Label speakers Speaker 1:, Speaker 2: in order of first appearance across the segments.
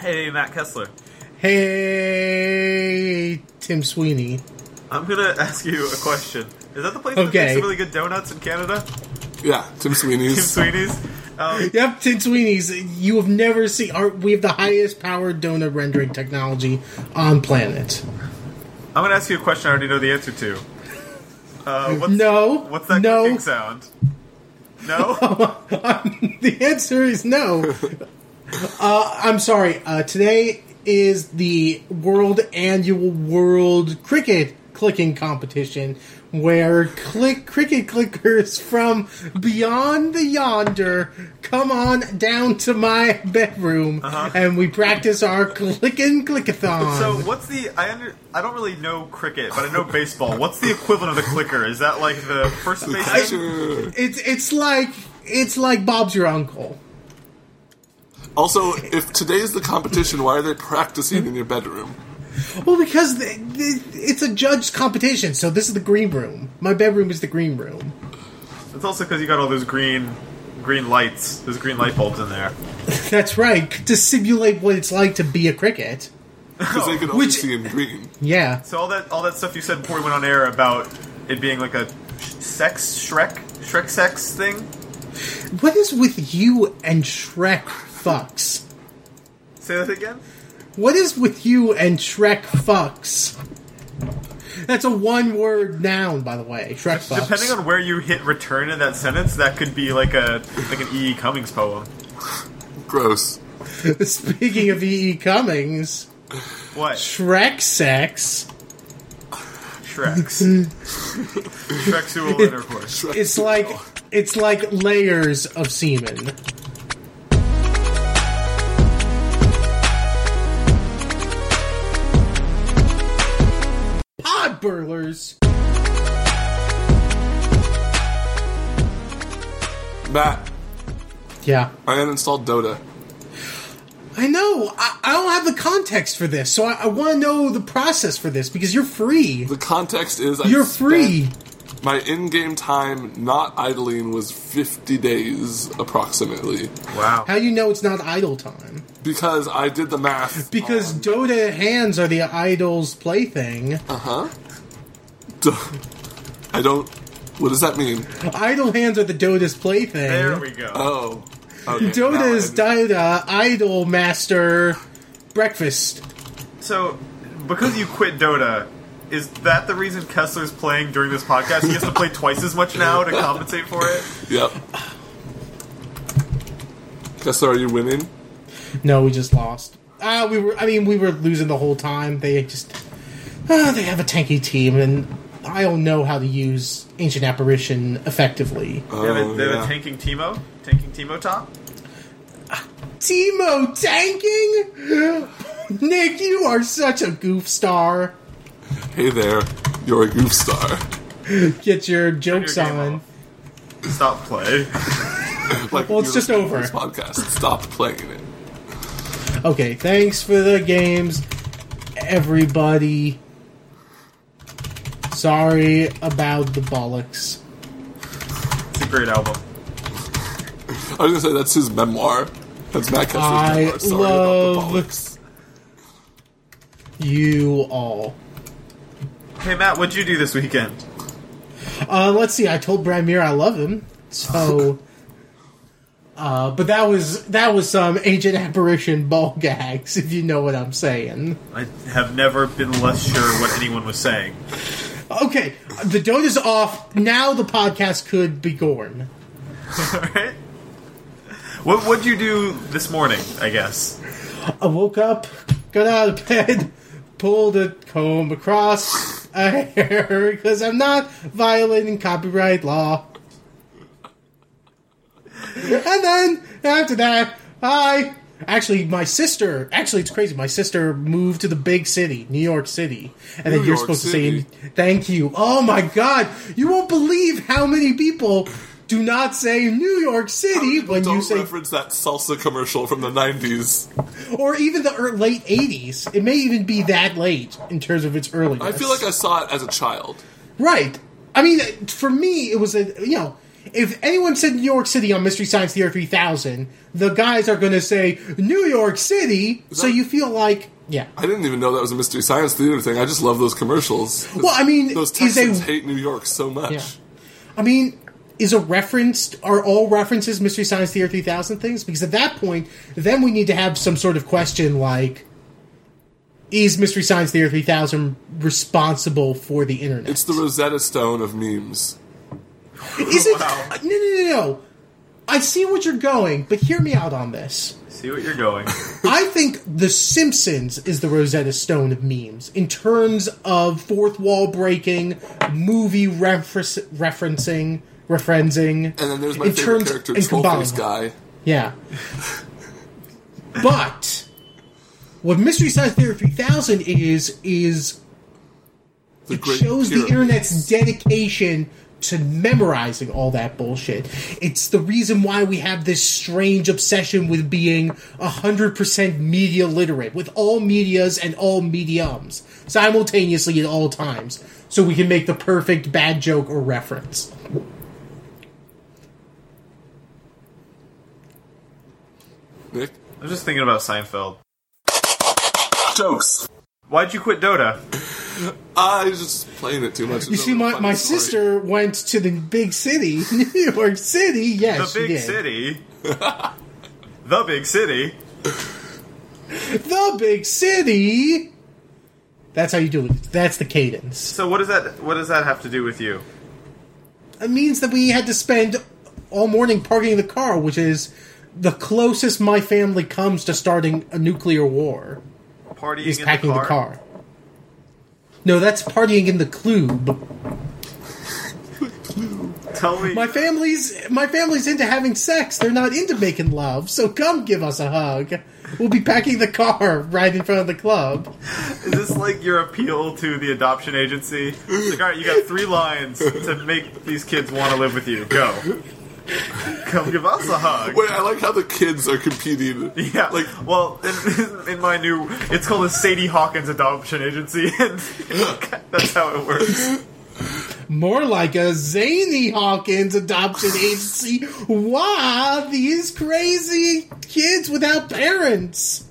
Speaker 1: Hey, Matt Kessler.
Speaker 2: Hey, Tim Sweeney.
Speaker 1: I'm gonna ask you a question. Is that the place that
Speaker 2: Okay.
Speaker 1: makes really good donuts in Canada?
Speaker 3: Yeah, Tim Sweeney's.
Speaker 1: Tim Sweeney's. Um,
Speaker 2: Yep, Tim Sweeney's. You have never seen. Our, we have the highest powered donut rendering technology on planet.
Speaker 1: I'm gonna ask you a question I already know the answer to. Uh, what's,
Speaker 2: No.
Speaker 1: What's that
Speaker 2: No. Oh.
Speaker 1: clicking sound? No.
Speaker 2: the answer is no. uh, I'm sorry. Uh, today is the World Annual World Cricket Clicking Competition, where click cricket clickers from beyond the yonder come on down to my bedroom, and we practice our clicking clickathon.
Speaker 1: so what's the? I under. I don't really know cricket, but I know baseball. What's the equivalent of the clicker? Is that like the first baseman?
Speaker 3: Sure.
Speaker 2: it's it's like it's like Bob's your uncle.
Speaker 3: Also, if today's the competition, why are they practicing in your bedroom?
Speaker 2: Well, because the, the, it's a judged competition, so this is the green room. My bedroom is the green room.
Speaker 1: It's also because you got all those green, green lights. Those green light bulbs in there.
Speaker 2: That's right, to simulate what it's like to be a cricket.
Speaker 3: Because they can only
Speaker 2: Which-
Speaker 3: see in green.
Speaker 2: Yeah.
Speaker 1: So all that all that stuff you said before we went on air about it being like a sh- sex Shrek Shrek sex thing.
Speaker 2: What is with you and Shrek fucks?
Speaker 1: Say that again.
Speaker 2: What is with you and Shrek fucks? That's a one word noun, by the way. Shrek fucks.
Speaker 1: Depending on where you hit return in that sentence, that could be like a like an E. E. Cummings poem.
Speaker 3: Gross.
Speaker 2: Speaking of E.E. Cummings,
Speaker 1: What
Speaker 2: Shrek sex.
Speaker 1: Shreks? Shrexual intercourse.
Speaker 2: It's like it's like layers of semen. Pod burlers.
Speaker 3: Matt,
Speaker 2: Yeah,
Speaker 3: I uninstalled Dota.
Speaker 2: I know. I, I don't have the context for this, so I, I want to know the process for this because you're free.
Speaker 3: The context is I
Speaker 2: You're
Speaker 3: spent-
Speaker 2: free.
Speaker 3: My in-game time not idling was 50 days approximately
Speaker 1: Wow.
Speaker 2: How do you know it's not idle time?
Speaker 3: because I did the math.
Speaker 2: Because Dota hands are the idol's plaything.
Speaker 3: uh-huh. I don't. What does that mean?
Speaker 2: Idle hands are the Dota's plaything.
Speaker 1: There we go.
Speaker 3: Oh, okay, now I
Speaker 2: Dota's
Speaker 3: did-
Speaker 2: Dota uh, Idol Master Breakfast.
Speaker 1: So, because you quit Dota, is that the reason Kessler's playing during this podcast? He has to play twice as much now to compensate for it.
Speaker 3: Yep. Kessler, are you winning?
Speaker 2: No, we just lost. Uh, we were. I mean, we were losing the whole time. They just. Uh, they have a tanky team, and I don't know how to use Ancient Apparition effectively.
Speaker 1: They have
Speaker 3: Oh,
Speaker 1: a, they have
Speaker 3: yeah.
Speaker 1: a tanking Teemo, tanking Teemo top.
Speaker 2: Timo tanking. Nick, you are such a goof star.
Speaker 3: Hey there, you're a goof star.
Speaker 2: Get your jokes
Speaker 1: Your game
Speaker 2: on.
Speaker 1: off. Stop play.
Speaker 3: Like,
Speaker 2: Well, it's
Speaker 3: you're
Speaker 2: just
Speaker 3: listening to
Speaker 2: over.
Speaker 3: This podcast. Stop playing it.
Speaker 2: Okay, thanks for the games, everybody. Sorry about the bollocks.
Speaker 1: It's a great album.
Speaker 3: I was gonna say that's his memoir. That's Matt Kessler's
Speaker 2: I
Speaker 3: memoir. Sorry
Speaker 2: love-
Speaker 3: about the bollocks.
Speaker 2: You all.
Speaker 1: Hey Matt, what'd you do this weekend?
Speaker 2: Uh, let's see. I told Brad Muir I love him. So, uh, but that was that was some ancient apparition ball gags, if you know what I'm saying.
Speaker 1: I have never been less sure what anyone was saying.
Speaker 2: Okay, the Dota is off now. The podcast could be gone.
Speaker 1: Alright? What what'd you do this morning, I guess?
Speaker 2: I woke up, got out of bed, pulled a comb across a hair because I'm not violating copyright law. And then after that, I actually my sister actually it's crazy. My sister moved to the big city, New York City, and then
Speaker 3: New
Speaker 2: you're
Speaker 3: York
Speaker 2: supposed
Speaker 3: City.
Speaker 2: to say thank you. Oh my god, you won't believe how many people. Do not say New York City when
Speaker 3: Don't
Speaker 2: you say
Speaker 3: reference that salsa commercial from the '90s.
Speaker 2: or even the ear late eighties. It may even be that late in terms of its earliness.
Speaker 3: I feel like I saw it as a child.
Speaker 2: right. I mean, for me, it was a you know, if anyone said New York City on Mystery Science Theater 3000, the guys are going to say New York City, so
Speaker 3: that-
Speaker 2: you feel like yeah.
Speaker 3: I didn't even know that was a Mystery Science Theater thing. I just love those commercials.
Speaker 2: Well, I mean,
Speaker 3: those
Speaker 2: is a-
Speaker 3: Texans hate New York so much.
Speaker 2: Yeah. I mean, is a reference are all references Mystery Science Theater 3000 things? Because at that point, then we need to have some sort of question like is Mystery Science Theater 3000 responsible for the internet?
Speaker 3: It's the Rosetta Stone of memes.
Speaker 2: is it
Speaker 1: Wow.
Speaker 2: No, no, no, no. I see what you're going, but hear me out on this.
Speaker 1: See what you're going.
Speaker 2: I think The Simpsons is the Rosetta Stone of memes in terms of fourth wall breaking, movie reference, referencing, referencing.
Speaker 3: And then there's my
Speaker 2: In
Speaker 3: favorite
Speaker 2: terms-
Speaker 3: character,
Speaker 2: in
Speaker 3: Trollface
Speaker 2: combined.
Speaker 3: Guy.
Speaker 2: Yeah. but what Mystery Science Theater 3000 is is
Speaker 3: The
Speaker 2: it shows the
Speaker 3: pyramid.
Speaker 2: internet's dedication to memorizing all that bullshit. It's the reason why we have this strange obsession with being 100% media literate, with all medias and all mediums, simultaneously at all times, so we can make the perfect bad joke or reference.
Speaker 3: Nick?
Speaker 1: I'm just thinking about Seinfeld.
Speaker 3: Jokes.
Speaker 1: Why'd you quit Dota?
Speaker 3: I was Ah, just playing it too much.
Speaker 2: You see, my, my sister went to the big city, New York City.
Speaker 1: The
Speaker 2: Yes, she
Speaker 1: big
Speaker 2: did.
Speaker 1: city. the big city.
Speaker 2: The big city. That's how you do it. That's the cadence.
Speaker 1: So what does that what does that have to do with you?
Speaker 2: It means that we had to spend all morning parking the car, which is the closest my family comes to starting a nuclear war.
Speaker 1: Partying
Speaker 2: Is
Speaker 1: in
Speaker 2: packing the car. No, that's partying in the club.
Speaker 1: Tell me.
Speaker 2: My family's my family's into having sex. They're not into making love. So come give us a hug. We'll be packing the car right in front of the club.
Speaker 1: Is this like your appeal to the adoption agency? It's like, all right, you got three lines to make these kids want to live with you. Go. Come give us a hug.
Speaker 3: Wait, I like how the kids are competing.
Speaker 1: Yeah.
Speaker 3: Like,
Speaker 1: well, in, in my new, it's called the Sadie Hawkins Adoption Agency, and that's how it works.
Speaker 2: More like a Zany Hawkins adoption agency. Wow, these crazy kids without parents.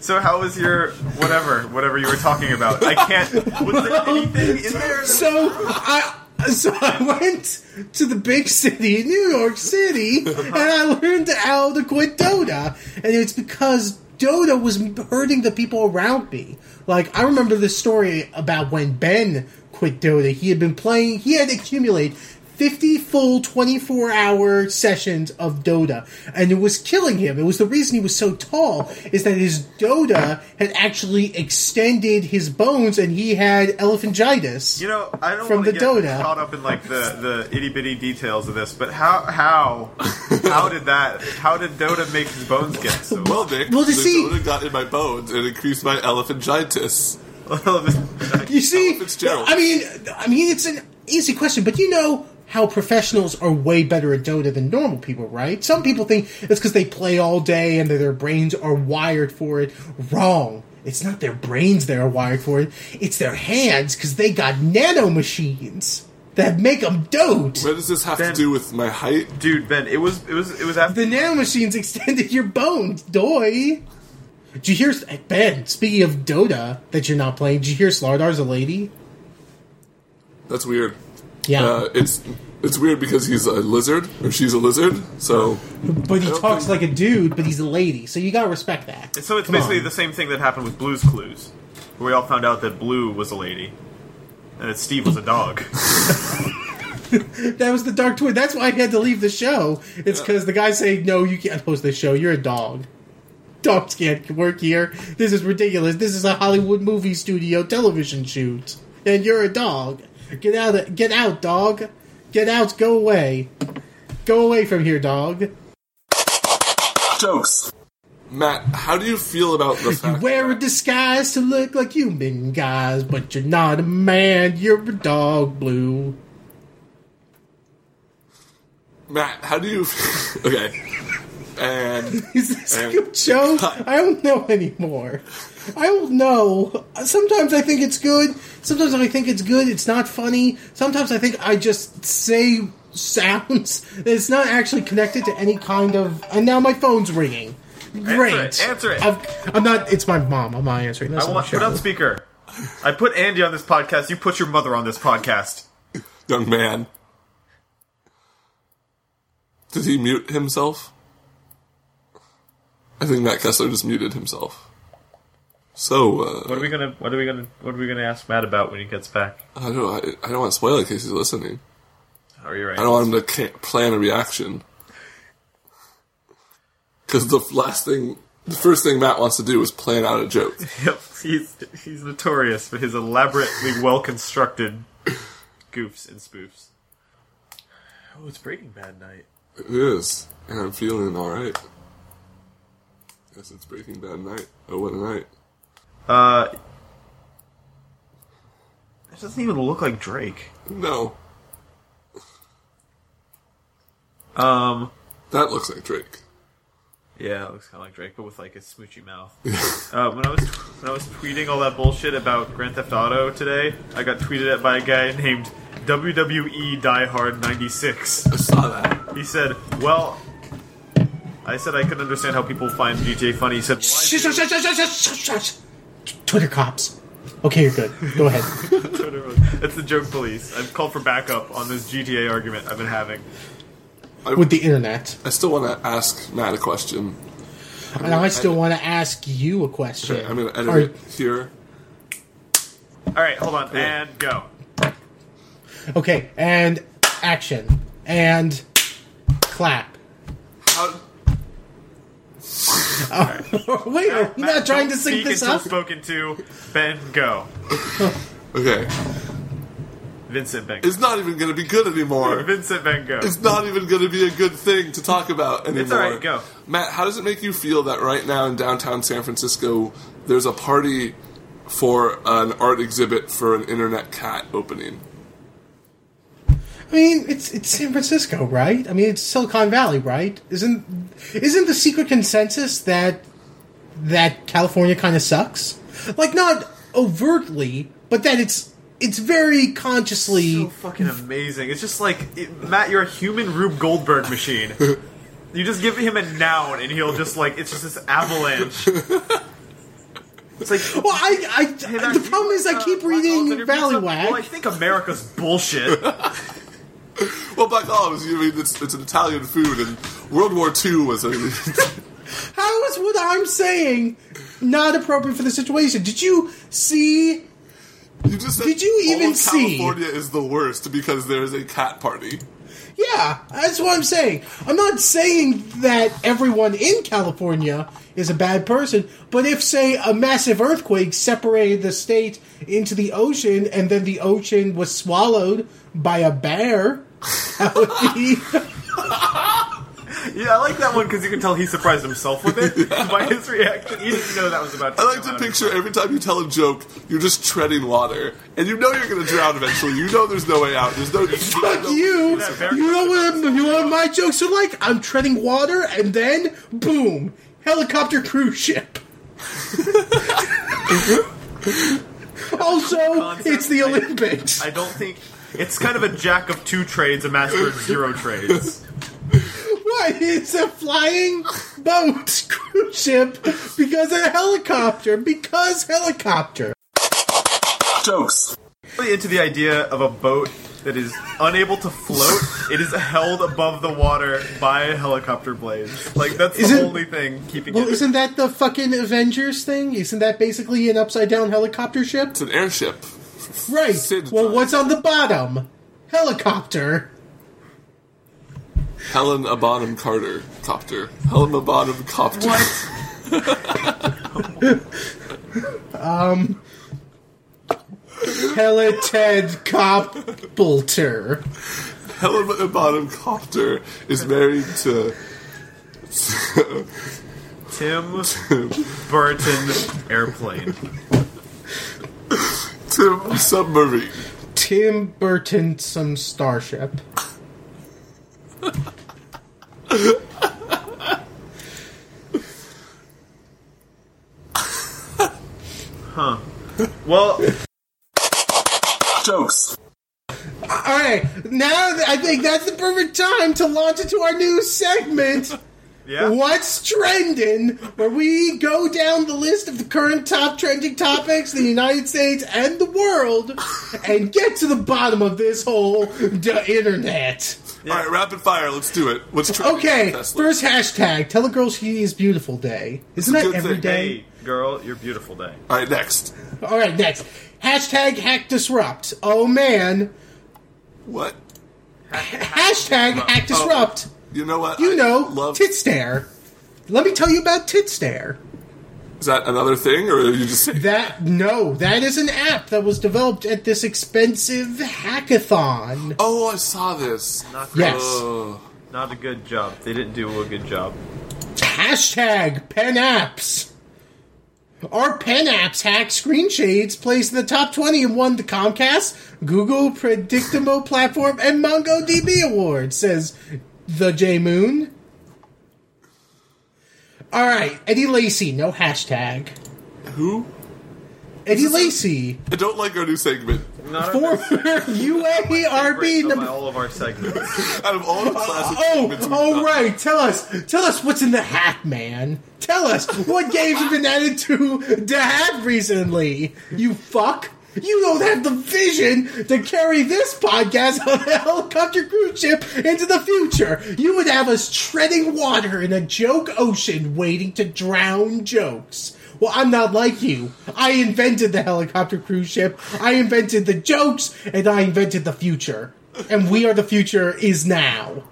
Speaker 1: So, how was your whatever, whatever you were talking about? I can't. Was there anything in there? that-
Speaker 2: So I so I went to the big city, New York City, and I learned how to quit Dota. And it's because Dota was hurting the people around me. Like I remember this story about when Ben quit Dota. He had been playing. He had accumulated. 50 full 24 hour sessions of Dota, and it was killing him. It was the reason he was so tall, is that his Dota had actually extended his bones and he had elephantitis.
Speaker 1: You know, I don't
Speaker 2: From
Speaker 1: want to
Speaker 2: the
Speaker 1: get
Speaker 2: Dota.
Speaker 1: caught up in like the, the itty bitty details of this, but how how how did that? How did Dota make his bones get so?
Speaker 3: well, Nick,
Speaker 2: Well,
Speaker 3: the
Speaker 2: you see-
Speaker 3: Dota got in my bones and increased my elephantitis.
Speaker 2: You see,
Speaker 3: Ella Fitzgerald.
Speaker 2: I mean, I mean, it's an easy question, but you know how professionals are way better at Dota than normal people, right? Some people think it's because they play all day and that their brains are wired for it. Wrong. It's not their brains that are wired for it. It's their hands because they got nano machines that make them dote.
Speaker 3: What does this have
Speaker 1: Then-
Speaker 3: to do with my height?
Speaker 1: Dude, Ben, it was it was it was after
Speaker 2: The nano machines extended your bones, doy. Did you hear Ben? Speaking of Dota, that you're not playing, did you hear Slardar's a lady?
Speaker 3: That's weird.
Speaker 2: Yeah.
Speaker 3: Uh, it's it's weird because he's a lizard or she's a lizard. So
Speaker 2: But he
Speaker 3: don't
Speaker 2: talks
Speaker 3: think-
Speaker 2: like a dude, but he's a lady, so you gotta respect that.
Speaker 1: So it's
Speaker 2: Come
Speaker 1: basically
Speaker 2: on.
Speaker 1: the same thing that happened with Blue's Clues, where we all found out that Blue was a lady and that Steve was a dog.
Speaker 2: That was the dark twin. That's why I had to leave the show. It's because the guy saying, "No, you can't host this show. You're a dog. Dogs can't work here. This is ridiculous. This is a Hollywood movie studio television shoot, and you're a dog. Get out! of- Get out, dog! Get out! Go away! Go away from here, dog!
Speaker 3: jokes. Matt, how do you feel about the
Speaker 2: You
Speaker 3: fact?
Speaker 2: wear a disguise to look like human guys, but you're not a man. You're a dog, blue."
Speaker 3: Matt, how do you? okay. and
Speaker 2: Is this good show?
Speaker 3: Cut.
Speaker 2: I don't know anymore. I don't know. Sometimes I think it's good. Sometimes I think it's good. It's not funny. Sometimes I think I just say sounds. It's not actually connected to any kind of. And now my phone's ringing. Great.
Speaker 1: it, answer it.
Speaker 2: I've, I'm not. It's my mom. I'm not answering. That's
Speaker 1: I want
Speaker 2: show.
Speaker 1: put on speaker. I put Andy on this podcast. You put your mother on this podcast.
Speaker 3: young man. Did he mute himself? I think Matt Kessler just muted himself. So, uh,
Speaker 1: What are we gonna? What are we gonna? What are we gonna ask Matt about when he gets back?
Speaker 3: I don't know, I, I don't want to spoil it in case he's listening.
Speaker 1: Are you Oh, right?
Speaker 3: I don't want him to ca- plan a reaction. Because the last thing, the first thing Matt wants to do is plan out a joke.
Speaker 1: Yep, he's he's notorious for his elaborately well constructed goofs and spoofs. Oh, it's Breaking Bad night.
Speaker 3: It is, and I'm feeling alright. Guess it's Breaking Bad night. Oh, what a night.
Speaker 1: Uh, it doesn't even look like Drake.
Speaker 3: No,
Speaker 1: Um,
Speaker 3: that looks like Drake.
Speaker 1: yeah, it looks kind of like Drake, but with like a smoochy mouth. uh, when I was when I was tweeting all that bullshit about Grand Theft Auto today, I got tweeted at by a guy named WWE Die Hard '96.
Speaker 3: I saw that.
Speaker 1: He said, "Well." I said I couldn't understand how people find GTA funny. He said, "Why
Speaker 2: Shh, shh, shh, shh, shh, shh, shh, shh, shh. Twitter cops. Okay, you're good. Go ahead.
Speaker 1: It's the joke police. I've called for backup on this GTA argument I've been having.
Speaker 2: With the internet.
Speaker 3: I still want to ask Matt a question.
Speaker 2: And I still want to ask you a question.
Speaker 3: I'm going to edit
Speaker 2: Are-
Speaker 3: it here.
Speaker 1: All right, hold on and go.
Speaker 2: Okay, and action. And clap.
Speaker 3: How,
Speaker 2: Oh, Wait, are we not trying to
Speaker 1: Don't
Speaker 2: sync
Speaker 1: speak
Speaker 2: this
Speaker 1: until
Speaker 2: up?
Speaker 1: Spoken to. Ben, go.
Speaker 3: okay.
Speaker 1: Vincent Ben.
Speaker 3: It's not even going to be good anymore.
Speaker 1: Vincent Ben, go.
Speaker 3: It's not even going to be a good thing to talk about anymore.
Speaker 1: alright, go.
Speaker 3: Matt, how does it make you feel that right now in downtown San Francisco, there's a party for an art exhibit for an internet cat opening?
Speaker 2: I mean, it's it's San Francisco, right? I mean, it's Silicon Valley, right? Isn't isn't the secret consensus that that California kind of sucks? Like not overtly, but that it's it's very consciously
Speaker 1: so fucking amazing. It's just like it, Matt, you're a human Rube Goldberg machine. You just give him a noun and he'll just like it's just this avalanche. It's like
Speaker 2: Well, I, I,
Speaker 1: hey, Matt,
Speaker 2: the
Speaker 1: you,
Speaker 2: problem is I
Speaker 1: uh,
Speaker 2: keep
Speaker 1: Black Olives in
Speaker 2: reading
Speaker 1: your
Speaker 2: Valley
Speaker 1: pizza? Well, I
Speaker 2: Whack.
Speaker 1: think America's bullshit.
Speaker 3: Well, Black Olives, you mean it's, it's an Italian food, and World War II was a.
Speaker 2: How is what I'm saying not appropriate for the situation? Did you see?
Speaker 3: you just said
Speaker 2: Did you
Speaker 3: all
Speaker 2: even
Speaker 3: of
Speaker 2: see?
Speaker 3: California is the worst because there is a cat party.
Speaker 2: Yeah, that's what I'm saying. I'm not saying that everyone in California is a bad person, but if, say, a massive earthquake separated the state into the ocean and then the ocean was swallowed by a bear, that would be.
Speaker 1: Yeah, I like that one because you can tell he surprised himself with it by his reaction. He didn't know that was about.
Speaker 3: I like
Speaker 1: come
Speaker 3: to
Speaker 1: out.
Speaker 3: picture every time you tell a joke, you're just treading water, and you know you're going to drown eventually. You know there's no way out. There's no.
Speaker 2: Fuck you!
Speaker 1: that very-
Speaker 2: You know what? I'm- You know what my jokes are like? I'm treading water, and then boom, helicopter cruise ship. also,
Speaker 1: Concept,
Speaker 2: it's the
Speaker 1: I-
Speaker 2: Olympics.
Speaker 1: I don't think it's kind of a jack of two trades, a master of zero trades.
Speaker 2: What? It's a flying boat cruise ship because of a helicopter. Because helicopter.
Speaker 3: Jokes.
Speaker 1: Really into the idea of a boat that is unable to float. It is held above the water by helicopter blades. Like that's the
Speaker 2: Isn't-
Speaker 1: only thing keeping
Speaker 2: Well,
Speaker 1: it.
Speaker 2: isn't that the fucking Avengers thing? Isn't that basically an upside down helicopter ship?
Speaker 3: It's an airship.
Speaker 2: Right.
Speaker 3: Sid
Speaker 2: well,
Speaker 3: time.
Speaker 2: what's on the bottom? Helicopter.
Speaker 3: Helen Abonham Carter copter. Helen Abonham copter.
Speaker 2: Helited Copter.
Speaker 3: Helen Abonham copter is married to
Speaker 1: Tim Burton airplane.
Speaker 3: Tim Submarine.
Speaker 2: Tim Burton some starship.
Speaker 1: Huh. Well,
Speaker 3: Jokes.
Speaker 2: All right, now th- I think that's the perfect time to launch into our new segment.
Speaker 1: yeah.
Speaker 2: What's trending? Where we go down the list of the current top trending topics in the United States and the world, and get to the bottom of this whole d- internet.
Speaker 3: All right, rapid fire. Let's do it. What's trending?
Speaker 2: Okay,
Speaker 3: Tesla.
Speaker 2: first hashtag. Tell a girl she is beautiful day. Isn't
Speaker 3: It's a
Speaker 2: that
Speaker 3: good
Speaker 2: every
Speaker 3: thing.
Speaker 2: day?
Speaker 1: Hey, girl, you're beautiful day.
Speaker 3: All right, next.
Speaker 2: All right, next hashtag hack disrupt. Oh man,
Speaker 3: What?
Speaker 2: hashtag hack disrupt.
Speaker 3: You know what?
Speaker 2: You
Speaker 3: Oh. I
Speaker 2: know,
Speaker 3: love.
Speaker 2: tit stare. Let me tell you about tit stare.
Speaker 3: Is that another thing, or are you just saying?
Speaker 2: That no, that is an app that was developed at this expensive hackathon.
Speaker 3: Oh, I saw this.
Speaker 1: Not good.
Speaker 2: Yes.
Speaker 3: Oh,
Speaker 1: Not a good job. They didn't do a good job.
Speaker 2: Hashtag pen apps. Our pen apps hack screen shades placed in the top 20 and won the Comcast, Google Predictamo platform, and MongoDB award, says the J Moon. All right, Eddie Lacey, no hashtag.
Speaker 3: who?
Speaker 2: Eddie Lacey,
Speaker 3: I don't like our new segment.
Speaker 1: Not
Speaker 2: former
Speaker 1: a
Speaker 2: UARB
Speaker 1: number.
Speaker 2: number
Speaker 1: all of our segments.
Speaker 3: Out of all the classic
Speaker 2: Oh,
Speaker 3: segments, we've
Speaker 2: oh
Speaker 3: done-
Speaker 2: right. Tell us, tell us what's in the hat, man. Tell us what games have been added to the hat recently. You fuck. You don't have the vision to carry this podcast on a helicopter cruise ship into the future. You would have us treading water in a joke ocean, waiting to drown jokes. Well, I'm not like you. I invented the helicopter cruise ship. I invented the jokes, and I invented the future. And we are the future is now.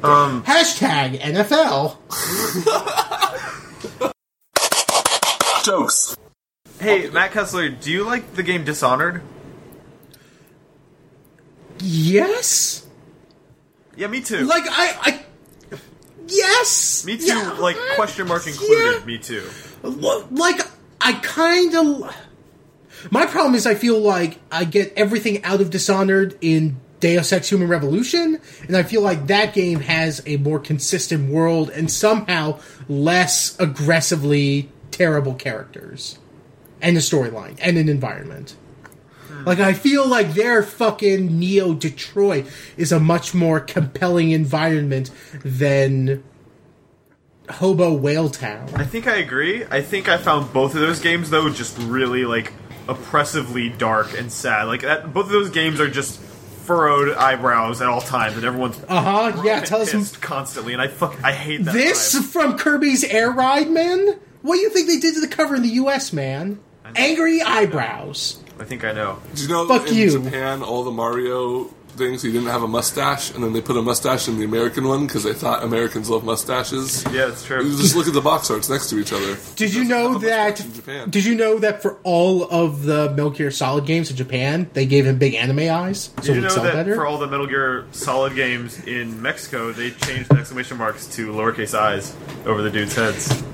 Speaker 2: Hashtag NFL.
Speaker 3: Jokes.
Speaker 1: hey, Matt Kessler, do you like the game Dishonored?
Speaker 2: Yes?
Speaker 1: Yeah, me too.
Speaker 2: Like, I. I yes!
Speaker 1: me too.
Speaker 2: Yeah.
Speaker 1: Like question mark included.
Speaker 2: Yeah.
Speaker 1: Me too.
Speaker 2: Lo- Like, I kind of. My problem is, I feel like I get everything out of Dishonored in Deus Ex Human Revolution, and I feel like that game has a more consistent world and somehow less aggressively terrible characters, and a storyline, and an environment. Like I feel like their fucking Neo Detroit is a much more compelling environment than Hobo Whale Town.
Speaker 1: I think I agree. I think I found both of those games though just really like oppressively dark and sad. Like that, both of those games are just furrowed eyebrows at all times, and everyone's
Speaker 2: Uh huh. Yeah, tell us
Speaker 1: pissed constantly. And I fuck, I hate that.
Speaker 2: this
Speaker 1: vibe.
Speaker 2: from Kirby's Air Ride, man. What do you think they did to the cover in the U.S., man? Angry eyebrows.
Speaker 1: I think I know.
Speaker 3: Do you know
Speaker 2: Fuck
Speaker 3: in
Speaker 2: you.
Speaker 3: Japan all the Mario things he didn't have a mustache, and then they put a mustache in the American one because they thought Americans love mustaches.
Speaker 1: Yeah, it's true.
Speaker 3: You just look at the box arts next to each other.
Speaker 2: Did you know
Speaker 3: not the best
Speaker 2: that?
Speaker 3: in Japan.
Speaker 2: Did you know that for all of the Metal Gear Solid games in Japan, they gave him big anime eyes, so
Speaker 1: Did you
Speaker 2: it would
Speaker 1: know
Speaker 2: sell
Speaker 1: that
Speaker 2: better?
Speaker 1: for all the Metal Gear Solid games in Mexico, they changed the exclamation marks to lowercase i's over the dude's heads?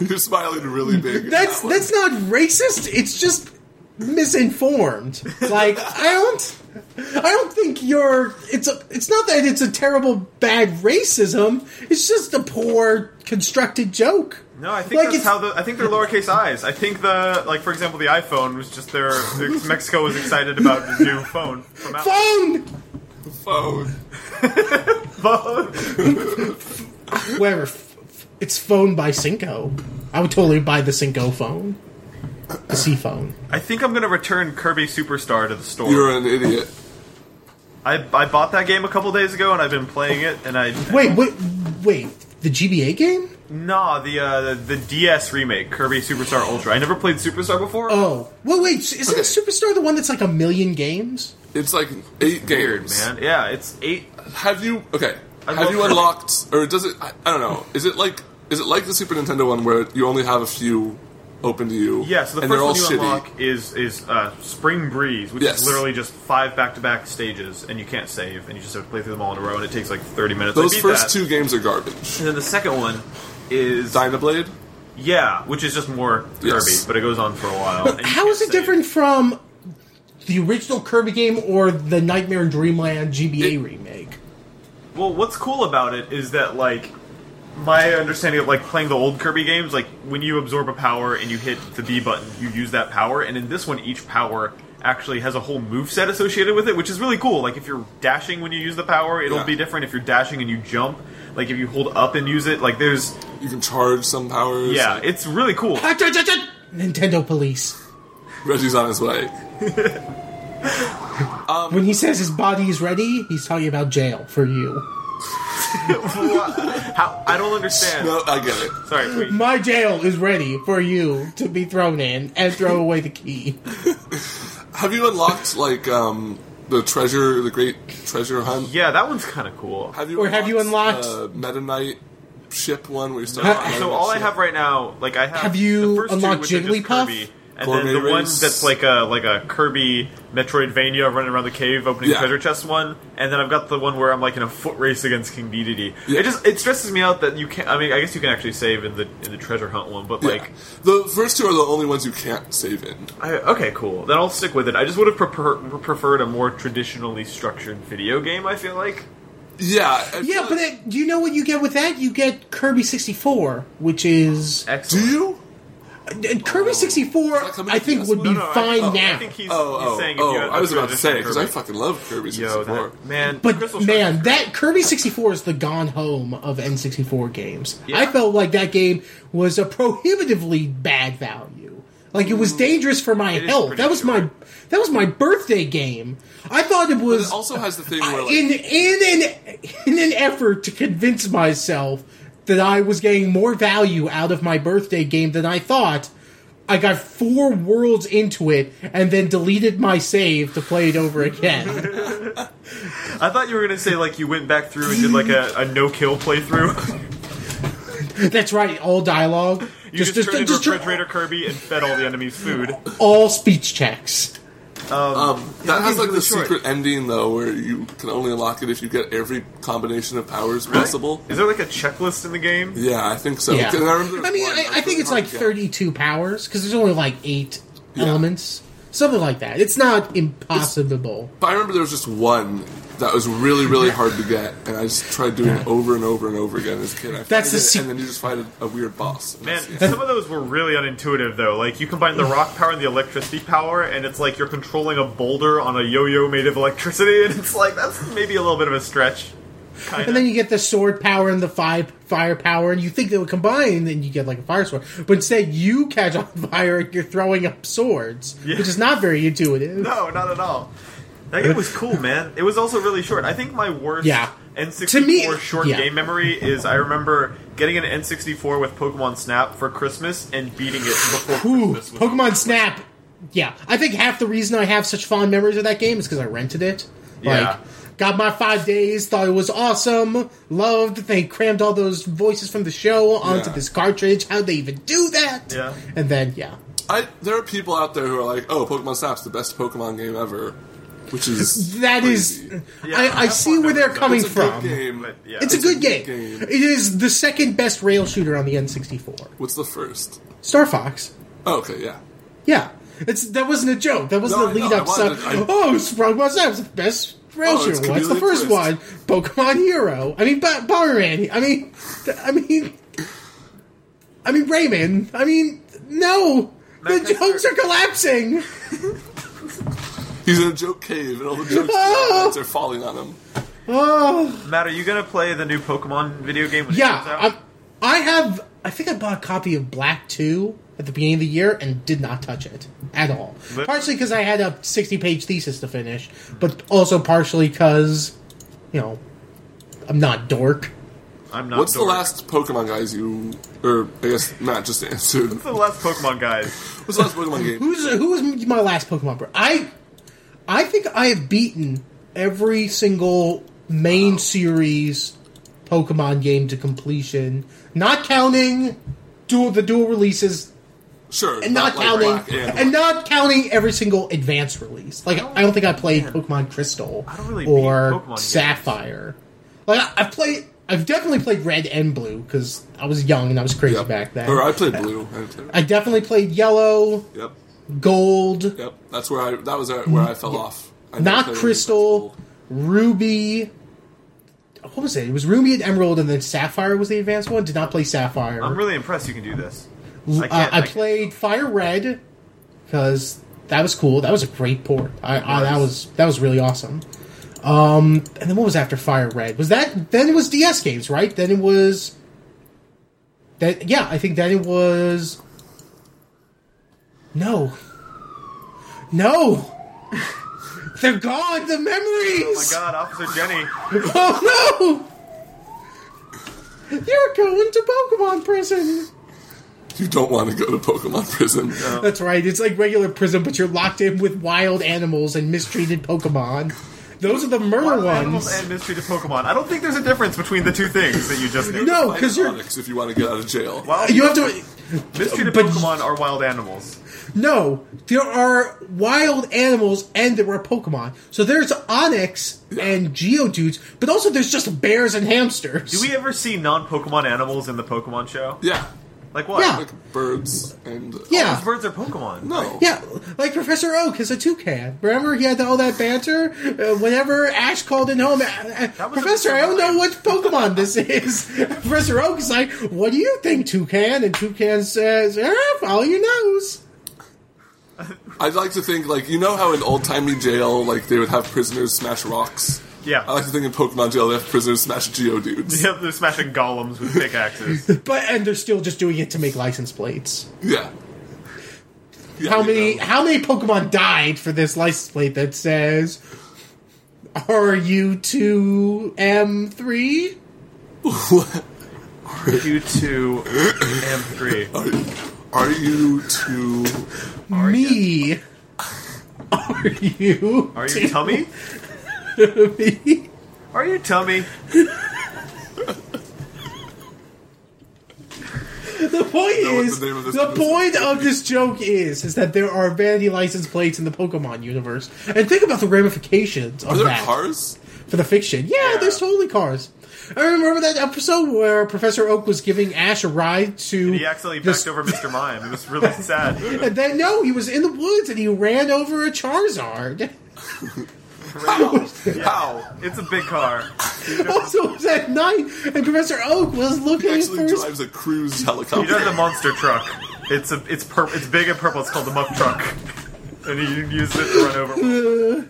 Speaker 3: You're smiling really big.
Speaker 2: that's that's not racist. It's just misinformed. Like I don't, I don't think you're. It's a. It's not that it's a terrible bad racism. It's just a poor constructed joke.
Speaker 1: No, I think
Speaker 2: Like,
Speaker 1: that's
Speaker 2: it's-
Speaker 1: how the. I think they're lowercase i's. I think the like, for example, the iPhone was just their. Mexico was excited about the new phone from Apple.
Speaker 2: Phone.
Speaker 3: phone.
Speaker 2: Whatever. F- f- It's phone by Cinco. I would totally buy the Cinco phone. The C phone.
Speaker 1: I think I'm gonna return Kirby Superstar to the store.
Speaker 3: You're an idiot.
Speaker 1: I, I bought that game a couple days ago and I've been playing it and I
Speaker 2: Wait, wait, wait. The GBA game?
Speaker 1: nah the uh, the, the DS remake Kirby Superstar Ultra. I never played Superstar before.
Speaker 2: Oh. Well, wait. Isn't Superstar the one that's like a million games?
Speaker 3: It's like eight
Speaker 1: Weird
Speaker 3: games.
Speaker 1: man. Yeah, it's eight.
Speaker 3: Have you okay?
Speaker 1: I
Speaker 3: have
Speaker 1: love
Speaker 3: you
Speaker 1: Kirby.
Speaker 3: unlocked or does it? I, I don't know. Is it like is it like the Super Nintendo one where you only have a few open to you?
Speaker 1: Yeah, so the
Speaker 3: and
Speaker 1: first
Speaker 3: they're all
Speaker 1: one you
Speaker 3: shitty.
Speaker 1: unlock is is uh, Spring Breeze, which
Speaker 3: Yes.
Speaker 1: is literally just five back to back stages and you can't save and you just have to play through them all in a row and it takes like 30 minutes. I
Speaker 3: Those
Speaker 1: beat
Speaker 3: first
Speaker 1: that.
Speaker 3: two games are garbage.
Speaker 1: And then the second one is
Speaker 3: Dynablade.
Speaker 1: yeah, which is just more Kirby,
Speaker 3: Yes.
Speaker 1: but it goes on for a while. and you
Speaker 2: How
Speaker 1: can't
Speaker 2: is it
Speaker 1: save.
Speaker 2: different from the original Kirby game or the Nightmare in Dreamland GBA
Speaker 3: It-
Speaker 2: remake?
Speaker 1: Well, what's cool about it is that like my understanding of like playing the old Kirby games, like when you absorb a power and you hit the B button, you use that power, and in this one, each power actually has a whole move set associated with it, which is really cool. Like if you're dashing when you use the power, it'll
Speaker 3: Yeah.
Speaker 1: be different. If you're dashing and you jump, like if you hold up and use it, like there's
Speaker 3: You can charge some powers.
Speaker 1: yeah, it's really cool.
Speaker 2: Ah, Nintendo Police.
Speaker 3: Reggie's on his way.
Speaker 2: When he says his body is ready, he's talking about jail for you.
Speaker 1: How I don't understand.
Speaker 3: No, I get it.
Speaker 1: Sorry, wait.
Speaker 2: My jail is ready for you to be thrown in and throw away the key.
Speaker 3: Have you unlocked like um the treasure, the great treasure hunt?
Speaker 1: Yeah, that one's kind of cool.
Speaker 3: Have you
Speaker 2: Or have you
Speaker 3: uh, Meta Knight ship one where you start?
Speaker 1: No,
Speaker 3: with Meta
Speaker 1: Oh, so
Speaker 3: Knight
Speaker 1: all I
Speaker 3: ship?
Speaker 1: have right now, like I have.
Speaker 2: Have you
Speaker 1: the first
Speaker 2: unlocked
Speaker 1: two, which are just
Speaker 2: Jigglypuff?
Speaker 1: Kirby, and
Speaker 3: Gourmet
Speaker 1: then the one
Speaker 3: Race.
Speaker 1: that's like a like a Kirby Metroidvania running around the cave opening
Speaker 3: Yeah.
Speaker 1: treasure chest one, and then I've got the one where I'm like in a foot race against King Dedede.
Speaker 3: Yeah.
Speaker 1: It just it stresses me out that you can't. I mean, I guess you can actually save in the in the treasure hunt one, but
Speaker 3: Yeah.
Speaker 1: like,
Speaker 3: the first two are the only ones you can't save in.
Speaker 1: I, okay, cool. Then I'll stick with it. I just would have prefer, preferred a more traditionally structured video game. I feel like.
Speaker 3: Yeah, I feel
Speaker 2: Yeah,
Speaker 3: like-
Speaker 2: but it, do you know what you get with that? You get Kirby 64, which is.
Speaker 1: Excellent.
Speaker 3: do you?
Speaker 2: and Kirby 64,
Speaker 3: that coming
Speaker 2: I
Speaker 3: to
Speaker 2: think,
Speaker 3: PS1?
Speaker 2: would be
Speaker 3: No,
Speaker 1: No, I-
Speaker 2: fine
Speaker 1: oh,
Speaker 2: now.
Speaker 1: I think he's, he's
Speaker 3: Oh, oh,
Speaker 1: saying if you
Speaker 3: oh!
Speaker 1: had
Speaker 3: I was
Speaker 1: the
Speaker 3: about to say
Speaker 1: traditional
Speaker 3: because I
Speaker 1: Kirby.
Speaker 3: fucking love Kirby sixty
Speaker 1: Yo,
Speaker 3: four.
Speaker 1: that, man. Crystal
Speaker 2: But
Speaker 1: Structure
Speaker 2: man,
Speaker 1: is
Speaker 2: that Kirby 64 is the gone home of N64 games.
Speaker 1: Yeah.
Speaker 2: I felt like that game was a prohibitively bad value. Like it was dangerous for my
Speaker 1: Mm. It is
Speaker 2: health.
Speaker 1: pretty
Speaker 2: That was my
Speaker 1: short.
Speaker 2: that was my birthday game. I thought it
Speaker 3: It
Speaker 2: was
Speaker 3: also has the thing
Speaker 2: I-
Speaker 3: where like,
Speaker 2: in in an in an effort to convince myself that I was getting more value out of my birthday game than I thought. I got four worlds into it and then deleted my save to play it over again.
Speaker 1: I thought you were gonna say like you went back through and did like a, a no kill playthrough.
Speaker 2: That's right, all dialogue.
Speaker 1: You just, turned into
Speaker 2: turn-
Speaker 1: refrigerator Kirby and fed all the enemies food.
Speaker 2: all speech checks.
Speaker 3: um, that has
Speaker 1: game's
Speaker 3: like
Speaker 1: really
Speaker 3: the
Speaker 1: short.
Speaker 3: secret ending though, where you can only unlock it if you get every combination of powers possible.
Speaker 1: Is there like a checklist in the game?
Speaker 3: Yeah, I think so.
Speaker 2: Yeah.
Speaker 3: And remember
Speaker 2: I mean,
Speaker 3: one,
Speaker 2: I, I
Speaker 3: was
Speaker 2: think
Speaker 3: really
Speaker 2: it's
Speaker 3: hard
Speaker 2: like
Speaker 3: to get.
Speaker 2: 32 powers because there's only like eight elements, something like that. It's not impossible.
Speaker 3: But I remember there was just one that was really, really hard to get, and I just tried doing it over and over and over again as a kid. I
Speaker 2: That's the
Speaker 3: finally did it,
Speaker 2: se-
Speaker 3: and then you just fight a, a weird boss. And
Speaker 1: Man,
Speaker 3: that's it.
Speaker 1: some of those were really unintuitive though. Like you combine the rock power and the electricity power, and it's like you're controlling a boulder on a yo-yo made of electricity, and it's like that's maybe a little bit of a stretch. Kind
Speaker 2: And then
Speaker 1: of.
Speaker 2: you get the sword power and the five fire power, and you think they would combine, and then you get like a fire sword. But instead, you catch on fire and you're throwing up swords,
Speaker 1: Yeah.
Speaker 2: which is not very intuitive.
Speaker 1: No, not at all. That game was cool, man. It was also really short. I think my worst
Speaker 2: Yeah.
Speaker 1: N64
Speaker 2: To me-
Speaker 1: short
Speaker 2: yeah.
Speaker 1: game memory is I remember getting an N64 with Pokemon Snap for Christmas and beating it before
Speaker 2: Ooh,
Speaker 1: Christmas. was over.
Speaker 2: Pokemon Snap. Yeah, I think half the reason I have such fond memories of that game is because I rented it.
Speaker 1: Yeah.
Speaker 2: Like, got my five days, thought it was awesome, loved. They crammed all those voices from the show onto
Speaker 3: Yeah.
Speaker 2: this cartridge. How'd they even do that?
Speaker 1: Yeah.
Speaker 2: And then, yeah.
Speaker 3: I, there are people out there who are like, "Oh, Pokemon Snap's the best Pokemon game ever," which is
Speaker 2: that is.
Speaker 3: crazy.
Speaker 1: Yeah,
Speaker 2: I, I
Speaker 1: that's
Speaker 2: see
Speaker 1: one
Speaker 2: where they're
Speaker 1: that-
Speaker 2: coming
Speaker 3: It's a good
Speaker 2: from.
Speaker 3: game.
Speaker 1: But, yeah.
Speaker 2: It's, a good game.
Speaker 3: game.
Speaker 2: It is the second best rail shooter on the N64.
Speaker 3: What's the first?
Speaker 2: Star Fox.
Speaker 3: Oh, okay, yeah.
Speaker 2: Yeah. It's, that wasn't a joke. That was
Speaker 3: No,
Speaker 2: the
Speaker 3: I
Speaker 2: lead
Speaker 3: know. I
Speaker 2: up stuff.
Speaker 3: wanted- I-
Speaker 2: Oh, Sprung was that was the best rail
Speaker 3: Oh, it's
Speaker 2: shooter. What's the
Speaker 3: Chameleon
Speaker 2: first
Speaker 3: Twist.
Speaker 2: one? Pokemon Hero. I mean, ba- Bomberman. I mean, th- I mean, I mean Rayman. I mean, no, the
Speaker 1: Mac-
Speaker 2: jokes are collapsing.
Speaker 3: He's in a joke cave, and all the jokes
Speaker 2: Oh!
Speaker 3: are falling on him.
Speaker 2: Oh,
Speaker 1: Matt, are you gonna play the new Pokemon video game? When it comes out?
Speaker 2: yeah. i I have. I think I bought a copy of Black Two at the beginning of the year and did not touch it at all.
Speaker 1: But-
Speaker 2: Partially because I had a sixty-page thesis to finish, but also partially because, you know, I'm not dork.
Speaker 1: I'm not.
Speaker 3: What's
Speaker 1: dork.
Speaker 3: the last Pokemon guys you, or I guess not just answered.
Speaker 1: What's the last Pokemon guys?
Speaker 3: What's the last Pokemon game?
Speaker 2: Who's who was my last Pokemon? Bro? I I think I have beaten every single main series Pokemon game to completion, not counting dual the dual releases
Speaker 3: Sure,
Speaker 2: and not,
Speaker 3: like
Speaker 2: counting
Speaker 3: Black and
Speaker 2: and, not counting every single advance release. Like I don't, think I played Pokemon Crystal
Speaker 1: I don't really beat
Speaker 2: or
Speaker 1: Pokemon games.
Speaker 2: Sapphire. Like I, I've played, I've definitely played Red and Blue because I was young and I was crazy
Speaker 3: Yep.
Speaker 2: back then.
Speaker 3: Or I played Blue. I played-
Speaker 2: I definitely played Yellow,
Speaker 3: Yep,
Speaker 2: Gold,
Speaker 3: yep. That's where I. That was where I fell off. I never
Speaker 2: not
Speaker 3: played any
Speaker 2: Crystal,
Speaker 3: Gold.
Speaker 2: Ruby. what was it? It was Ruby and Emerald, and then Sapphire was the advanced one. Did not play Sapphire.
Speaker 1: I'm really impressed you can do this.
Speaker 2: Uh,
Speaker 1: I, can't,
Speaker 2: I
Speaker 1: can't-
Speaker 2: played Fire Red because that was cool. That was a great port. I, I that was that was really awesome. Um, and then what was after Fire Red? Was that then it was DS games, right? Then it was that yeah, I think then it was no, no. They're gone. The
Speaker 1: Oh my
Speaker 2: memories.
Speaker 1: god, Officer Jenny.
Speaker 2: oh no! You're going to Pokemon prison.
Speaker 3: You don't want to go to Pokemon Prison.
Speaker 2: That's right. It's like regular prison, but you're locked in with wild animals and mistreated Pokemon. Those are the murder
Speaker 1: Wild Animals
Speaker 2: ones.
Speaker 1: and mistreated Pokemon. I don't think there's a difference between the two things that you just named.
Speaker 2: No, because Oh, you're
Speaker 3: Onyx if you want to get out of jail.
Speaker 1: Wild-
Speaker 2: Uh, you have to.
Speaker 1: mistreated
Speaker 2: but-
Speaker 1: Pokemon are wild animals.
Speaker 2: No, there are wild animals and there are Pokemon. So there's Onyx and Geodudes, but also there's just bears and hamsters.
Speaker 1: Do we ever see non-Pokemon animals in the Pokemon show?
Speaker 3: Yeah,
Speaker 1: Like what?
Speaker 2: Yeah.
Speaker 1: Like,
Speaker 3: like birds and oh,
Speaker 2: Yeah.
Speaker 1: those birds are Pokemon.
Speaker 3: No,
Speaker 2: Yeah, like Professor Oak is a toucan. Remember, he had all that banter. Uh, whenever Ash called in home, uh, uh,
Speaker 1: was a
Speaker 2: Professor, I don't
Speaker 1: Pokemon.
Speaker 2: know what Pokemon this is. Professor Oak is like, "What do you think, toucan?" And toucan says, eh, "Follow your nose."
Speaker 3: I'd like to think like you know how in old timey jail like they would have prisoners smash rocks.
Speaker 1: Yeah.
Speaker 3: I like to think in Pokemon jail they have prisoners smash geodudes.
Speaker 1: Yep, they're smashing golems with pickaxes.
Speaker 2: But and they're still just doing it to make license plates.
Speaker 3: Yeah. Yeah,
Speaker 2: How
Speaker 3: you
Speaker 2: many
Speaker 3: know.
Speaker 2: how many Pokemon died for this license plate that says, "Are you two M 3
Speaker 1: Q two M three.
Speaker 3: Are you, are you two?
Speaker 2: Me. Are you?
Speaker 1: Are you tummy?
Speaker 2: me?
Speaker 1: Are you tummy?
Speaker 2: The point
Speaker 3: know what
Speaker 2: is,
Speaker 3: the name of
Speaker 2: the,
Speaker 3: this is.
Speaker 2: point of this joke is, is that there are vanity license plates in the Pokemon universe, and think about the ramifications of
Speaker 3: Are there
Speaker 2: that
Speaker 3: cars?
Speaker 2: for the fiction. Yeah,
Speaker 1: Yeah.
Speaker 2: there's totally cars. I remember that episode where Professor Oak was giving Ash a ride to.
Speaker 1: He accidentally
Speaker 2: this-
Speaker 1: backed over Mr. Mime. It was really sad.
Speaker 2: And then no, he was in the woods and he ran over a Charizard.
Speaker 1: How? It's a big car.
Speaker 2: Also, it was at night, and Professor Oak was looking
Speaker 3: He
Speaker 2: for
Speaker 3: actually
Speaker 2: his
Speaker 3: drives a cruise
Speaker 1: He does
Speaker 3: helicopter.
Speaker 1: the monster truck. It's a it's pur- it's big and purple. It's called the Muck Truck, and he uses it to run over.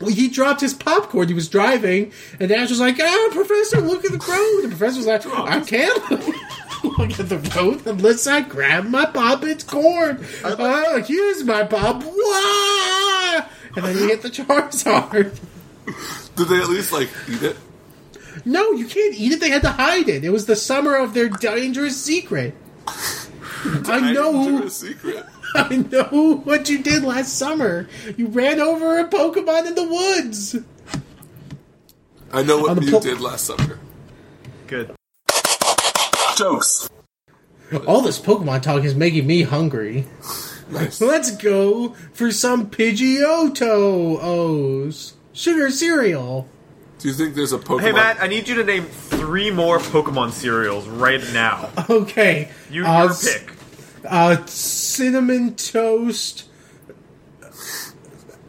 Speaker 2: Well, he dropped his popcorn. He was driving, and Ash was like, "Ah, Professor, look at the road." And the Professor was like, "I can't look at the road unless I grab my pop. It's corn. Oh, here's my pop. Wah! And then he hit the Charizard.
Speaker 3: Did they at least like eat it?
Speaker 2: No, you can't eat it. They had to hide it. It was the summer of their dangerous secret. I
Speaker 3: Hiding
Speaker 2: know,
Speaker 3: a secret.
Speaker 2: I know what you did last summer. You ran over a Pokemon in the woods.
Speaker 3: I know
Speaker 2: On
Speaker 3: what
Speaker 2: the
Speaker 3: you
Speaker 2: pol-
Speaker 3: did last summer.
Speaker 1: Good.
Speaker 3: Jokes.
Speaker 2: All this Pokemon talk is making me hungry.
Speaker 3: Nice.
Speaker 2: Let's go for some Pidgeotto O's. Sugar cereal.
Speaker 3: Do you think there's a Pokemon?
Speaker 1: Hey Matt, I need you to name three more Pokemon cereals right now.
Speaker 2: Okay.
Speaker 1: You
Speaker 2: uh,
Speaker 1: your
Speaker 2: s-
Speaker 1: pick.
Speaker 2: Uh, cinnamon toast.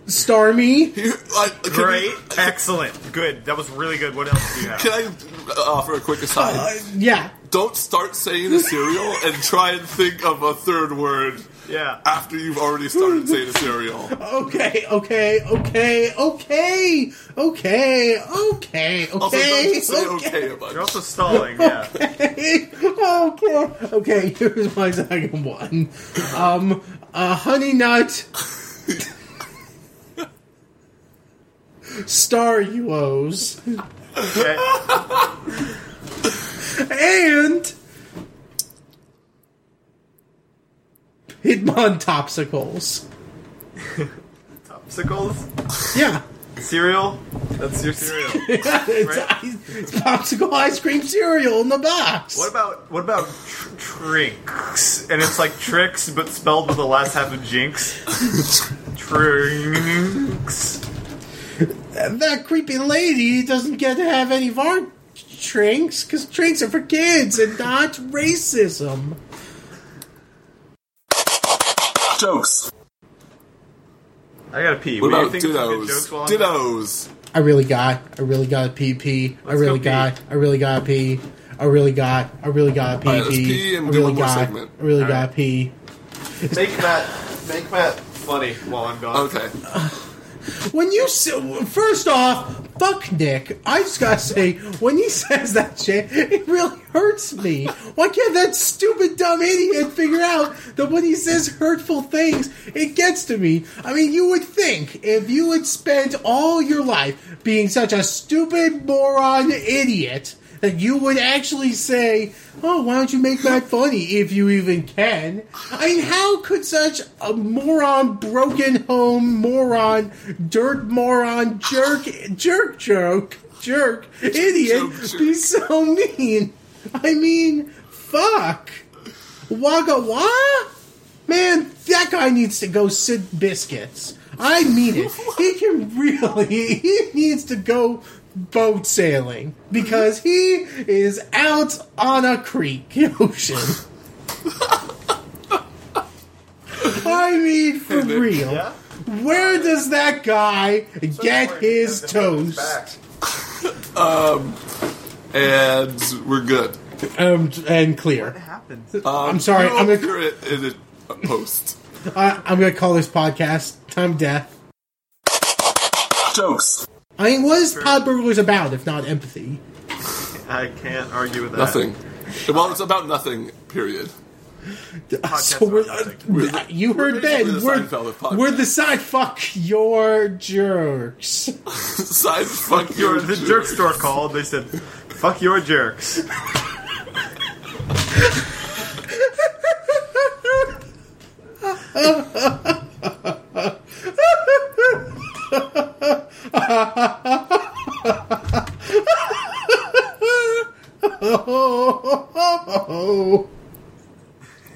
Speaker 2: Starmie.
Speaker 3: You- like, can,
Speaker 1: Great, excellent, good. That was really good. What else do you have?
Speaker 3: Can I offer a quick aside?
Speaker 2: Uh, Yeah.
Speaker 3: Don't start saying a cereal and try and think of a third word
Speaker 1: Yeah.
Speaker 3: after you've already started saying a cereal.
Speaker 2: Okay, okay, okay, okay, okay, okay,
Speaker 3: Also, don't
Speaker 2: okay,
Speaker 3: just say
Speaker 2: okay.
Speaker 3: okay, about
Speaker 1: You're
Speaker 3: it.
Speaker 1: also stalling. Yeah.
Speaker 2: okay. Okay, here's my second one. Um, uh, Honey Nut. Star Uos.
Speaker 1: Okay.
Speaker 2: And. Hitmon Topsicles.
Speaker 1: Popsicles,
Speaker 2: Yeah.
Speaker 1: cereal. That's your cereal.
Speaker 2: it's, ice- it's popsicle ice cream cereal in the box.
Speaker 1: What about what about tr- trinks? And it's like tricks, but spelled with the last half of jinx. trinks.
Speaker 2: that creepy lady doesn't get to have any of our trinks because trinks are for kids and not racism.
Speaker 3: Jokes.
Speaker 1: I gotta pee.
Speaker 3: What
Speaker 1: do you
Speaker 3: about
Speaker 1: think is a good
Speaker 3: dittos?
Speaker 1: joke while I'm-
Speaker 3: Dittos.
Speaker 2: I really got, I really got a PP, I
Speaker 1: Let's
Speaker 2: really
Speaker 1: go
Speaker 2: got, I really got a P, I really got, I really got a
Speaker 3: All right, let's pee
Speaker 2: PP,
Speaker 3: and
Speaker 2: I
Speaker 3: do
Speaker 2: really
Speaker 3: one more
Speaker 2: got,
Speaker 3: segment.
Speaker 2: I really
Speaker 1: All
Speaker 2: got
Speaker 1: right.
Speaker 2: a P.
Speaker 1: Make Matt, make Matt funny while I'm gone.
Speaker 3: Okay.
Speaker 2: When you s- first off, fuck Nick. I just gotta say, when he says that shit, it really hurts me. Why can't that stupid dumb idiot figure out that when he says hurtful things, it gets to me? I mean, you would think if you had spent all your life being such a stupid moron idiot that you would actually say, "Oh, why don't you make that funny if you even can?" I mean, how could such a moron, broken home moron, dirt moron, jerk, jerk, joke, jerk, idiot
Speaker 3: Joke, jerk.
Speaker 2: be so mean? I mean, fuck, wagga wah, man, that guy needs to go sit biscuits. I mean it. He can really. He needs to go boat sailing because he is out on a creek ocean. I mean, for
Speaker 3: Nick.
Speaker 2: real.
Speaker 1: Yeah?
Speaker 2: Where does that guy get his toast?
Speaker 3: And we're good.
Speaker 2: Um, and clear.
Speaker 1: Happens.
Speaker 3: Uh,
Speaker 2: I'm sorry. I'm
Speaker 3: We'll
Speaker 2: gonna.
Speaker 3: hear it in a- a post.
Speaker 2: I, I'm gonna call this podcast "Time Death."
Speaker 3: Jokes.
Speaker 2: I mean, what is Todd Burglar's about if not empathy?
Speaker 1: I can't argue with that.
Speaker 3: Nothing. Well, it's about nothing. Period.
Speaker 2: So we're,
Speaker 1: about nothing.
Speaker 2: uh, th- you
Speaker 3: we're
Speaker 2: heard
Speaker 3: basically
Speaker 2: Ben.
Speaker 3: the Seinfeld of podcasts.
Speaker 2: We're, we're the side. Fuck your jerks.
Speaker 3: Side fuck your
Speaker 1: Your, the jerk store called. They said, "Fuck your jerks."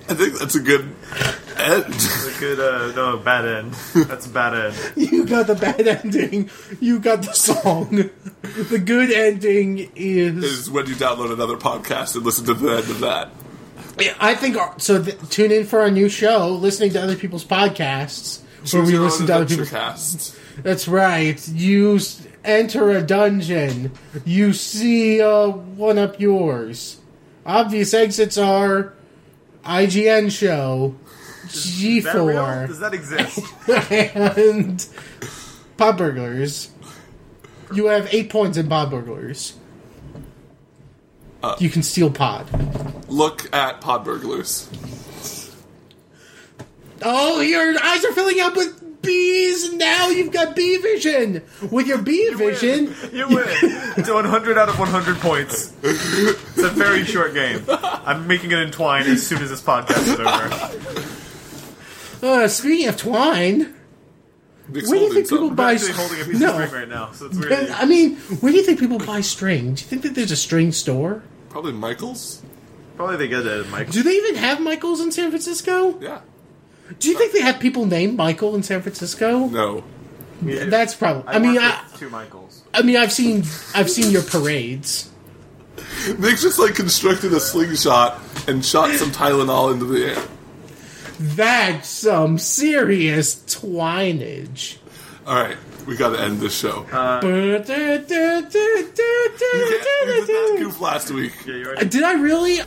Speaker 3: I think that's a good end.
Speaker 1: It's a good, uh, no, bad end. That's a bad end.
Speaker 2: You got the bad ending. You got the song. The good ending is.
Speaker 3: Is when you download another podcast and listen to the end of that.
Speaker 2: I think our, so. Th- tune in for our new show. Listening to other people's podcasts, where
Speaker 3: Choose
Speaker 2: we
Speaker 3: your own
Speaker 2: listen to other
Speaker 3: adventure
Speaker 2: people's.
Speaker 3: cast.
Speaker 2: That's right. You s- enter a dungeon. You see uh, one up yours. Obvious exits are IGN show,
Speaker 1: Is that real?
Speaker 2: G4,
Speaker 1: Does that exist?
Speaker 2: and Pod Burglars. You have eight points in Pod Burglars. you can steal Pod.
Speaker 3: Look at Podburglars.
Speaker 2: Oh, your eyes are filling up with bees. Now you've got bee vision. With your bee vision,
Speaker 1: You win. It's 100 out of 100 points. It's a very short game. I'm making it entwine as soon as this podcast is over.
Speaker 2: uh, speaking of twine.
Speaker 3: Nick's
Speaker 2: Where do you
Speaker 3: holding
Speaker 2: think people
Speaker 3: some.
Speaker 1: I'm
Speaker 2: buy?
Speaker 1: actually holding a piece
Speaker 2: no,
Speaker 1: of string right now, so it's
Speaker 2: And,
Speaker 1: weird.
Speaker 2: I mean, where do you think people buy string? Do you think that there's a string store?
Speaker 3: Probably Michaels.
Speaker 1: Probably they get that, Mike.
Speaker 2: Do they even have Michaels in San Francisco?
Speaker 3: Yeah.
Speaker 2: Do you think they have people named Michael in San Francisco?
Speaker 3: No.
Speaker 2: That's probably. I, mean, I,
Speaker 1: two Michaels.
Speaker 2: I mean, I've seen, I've seen your parades.
Speaker 3: Nick's just like constructed a slingshot and shot some Tylenol into the air.
Speaker 2: That's some serious twinage.
Speaker 3: All right, we got to end this show.
Speaker 2: Ba-da-da-da-da-da-da-da.
Speaker 3: you did not goof last week.
Speaker 1: Yeah, you're right.
Speaker 2: Did I really?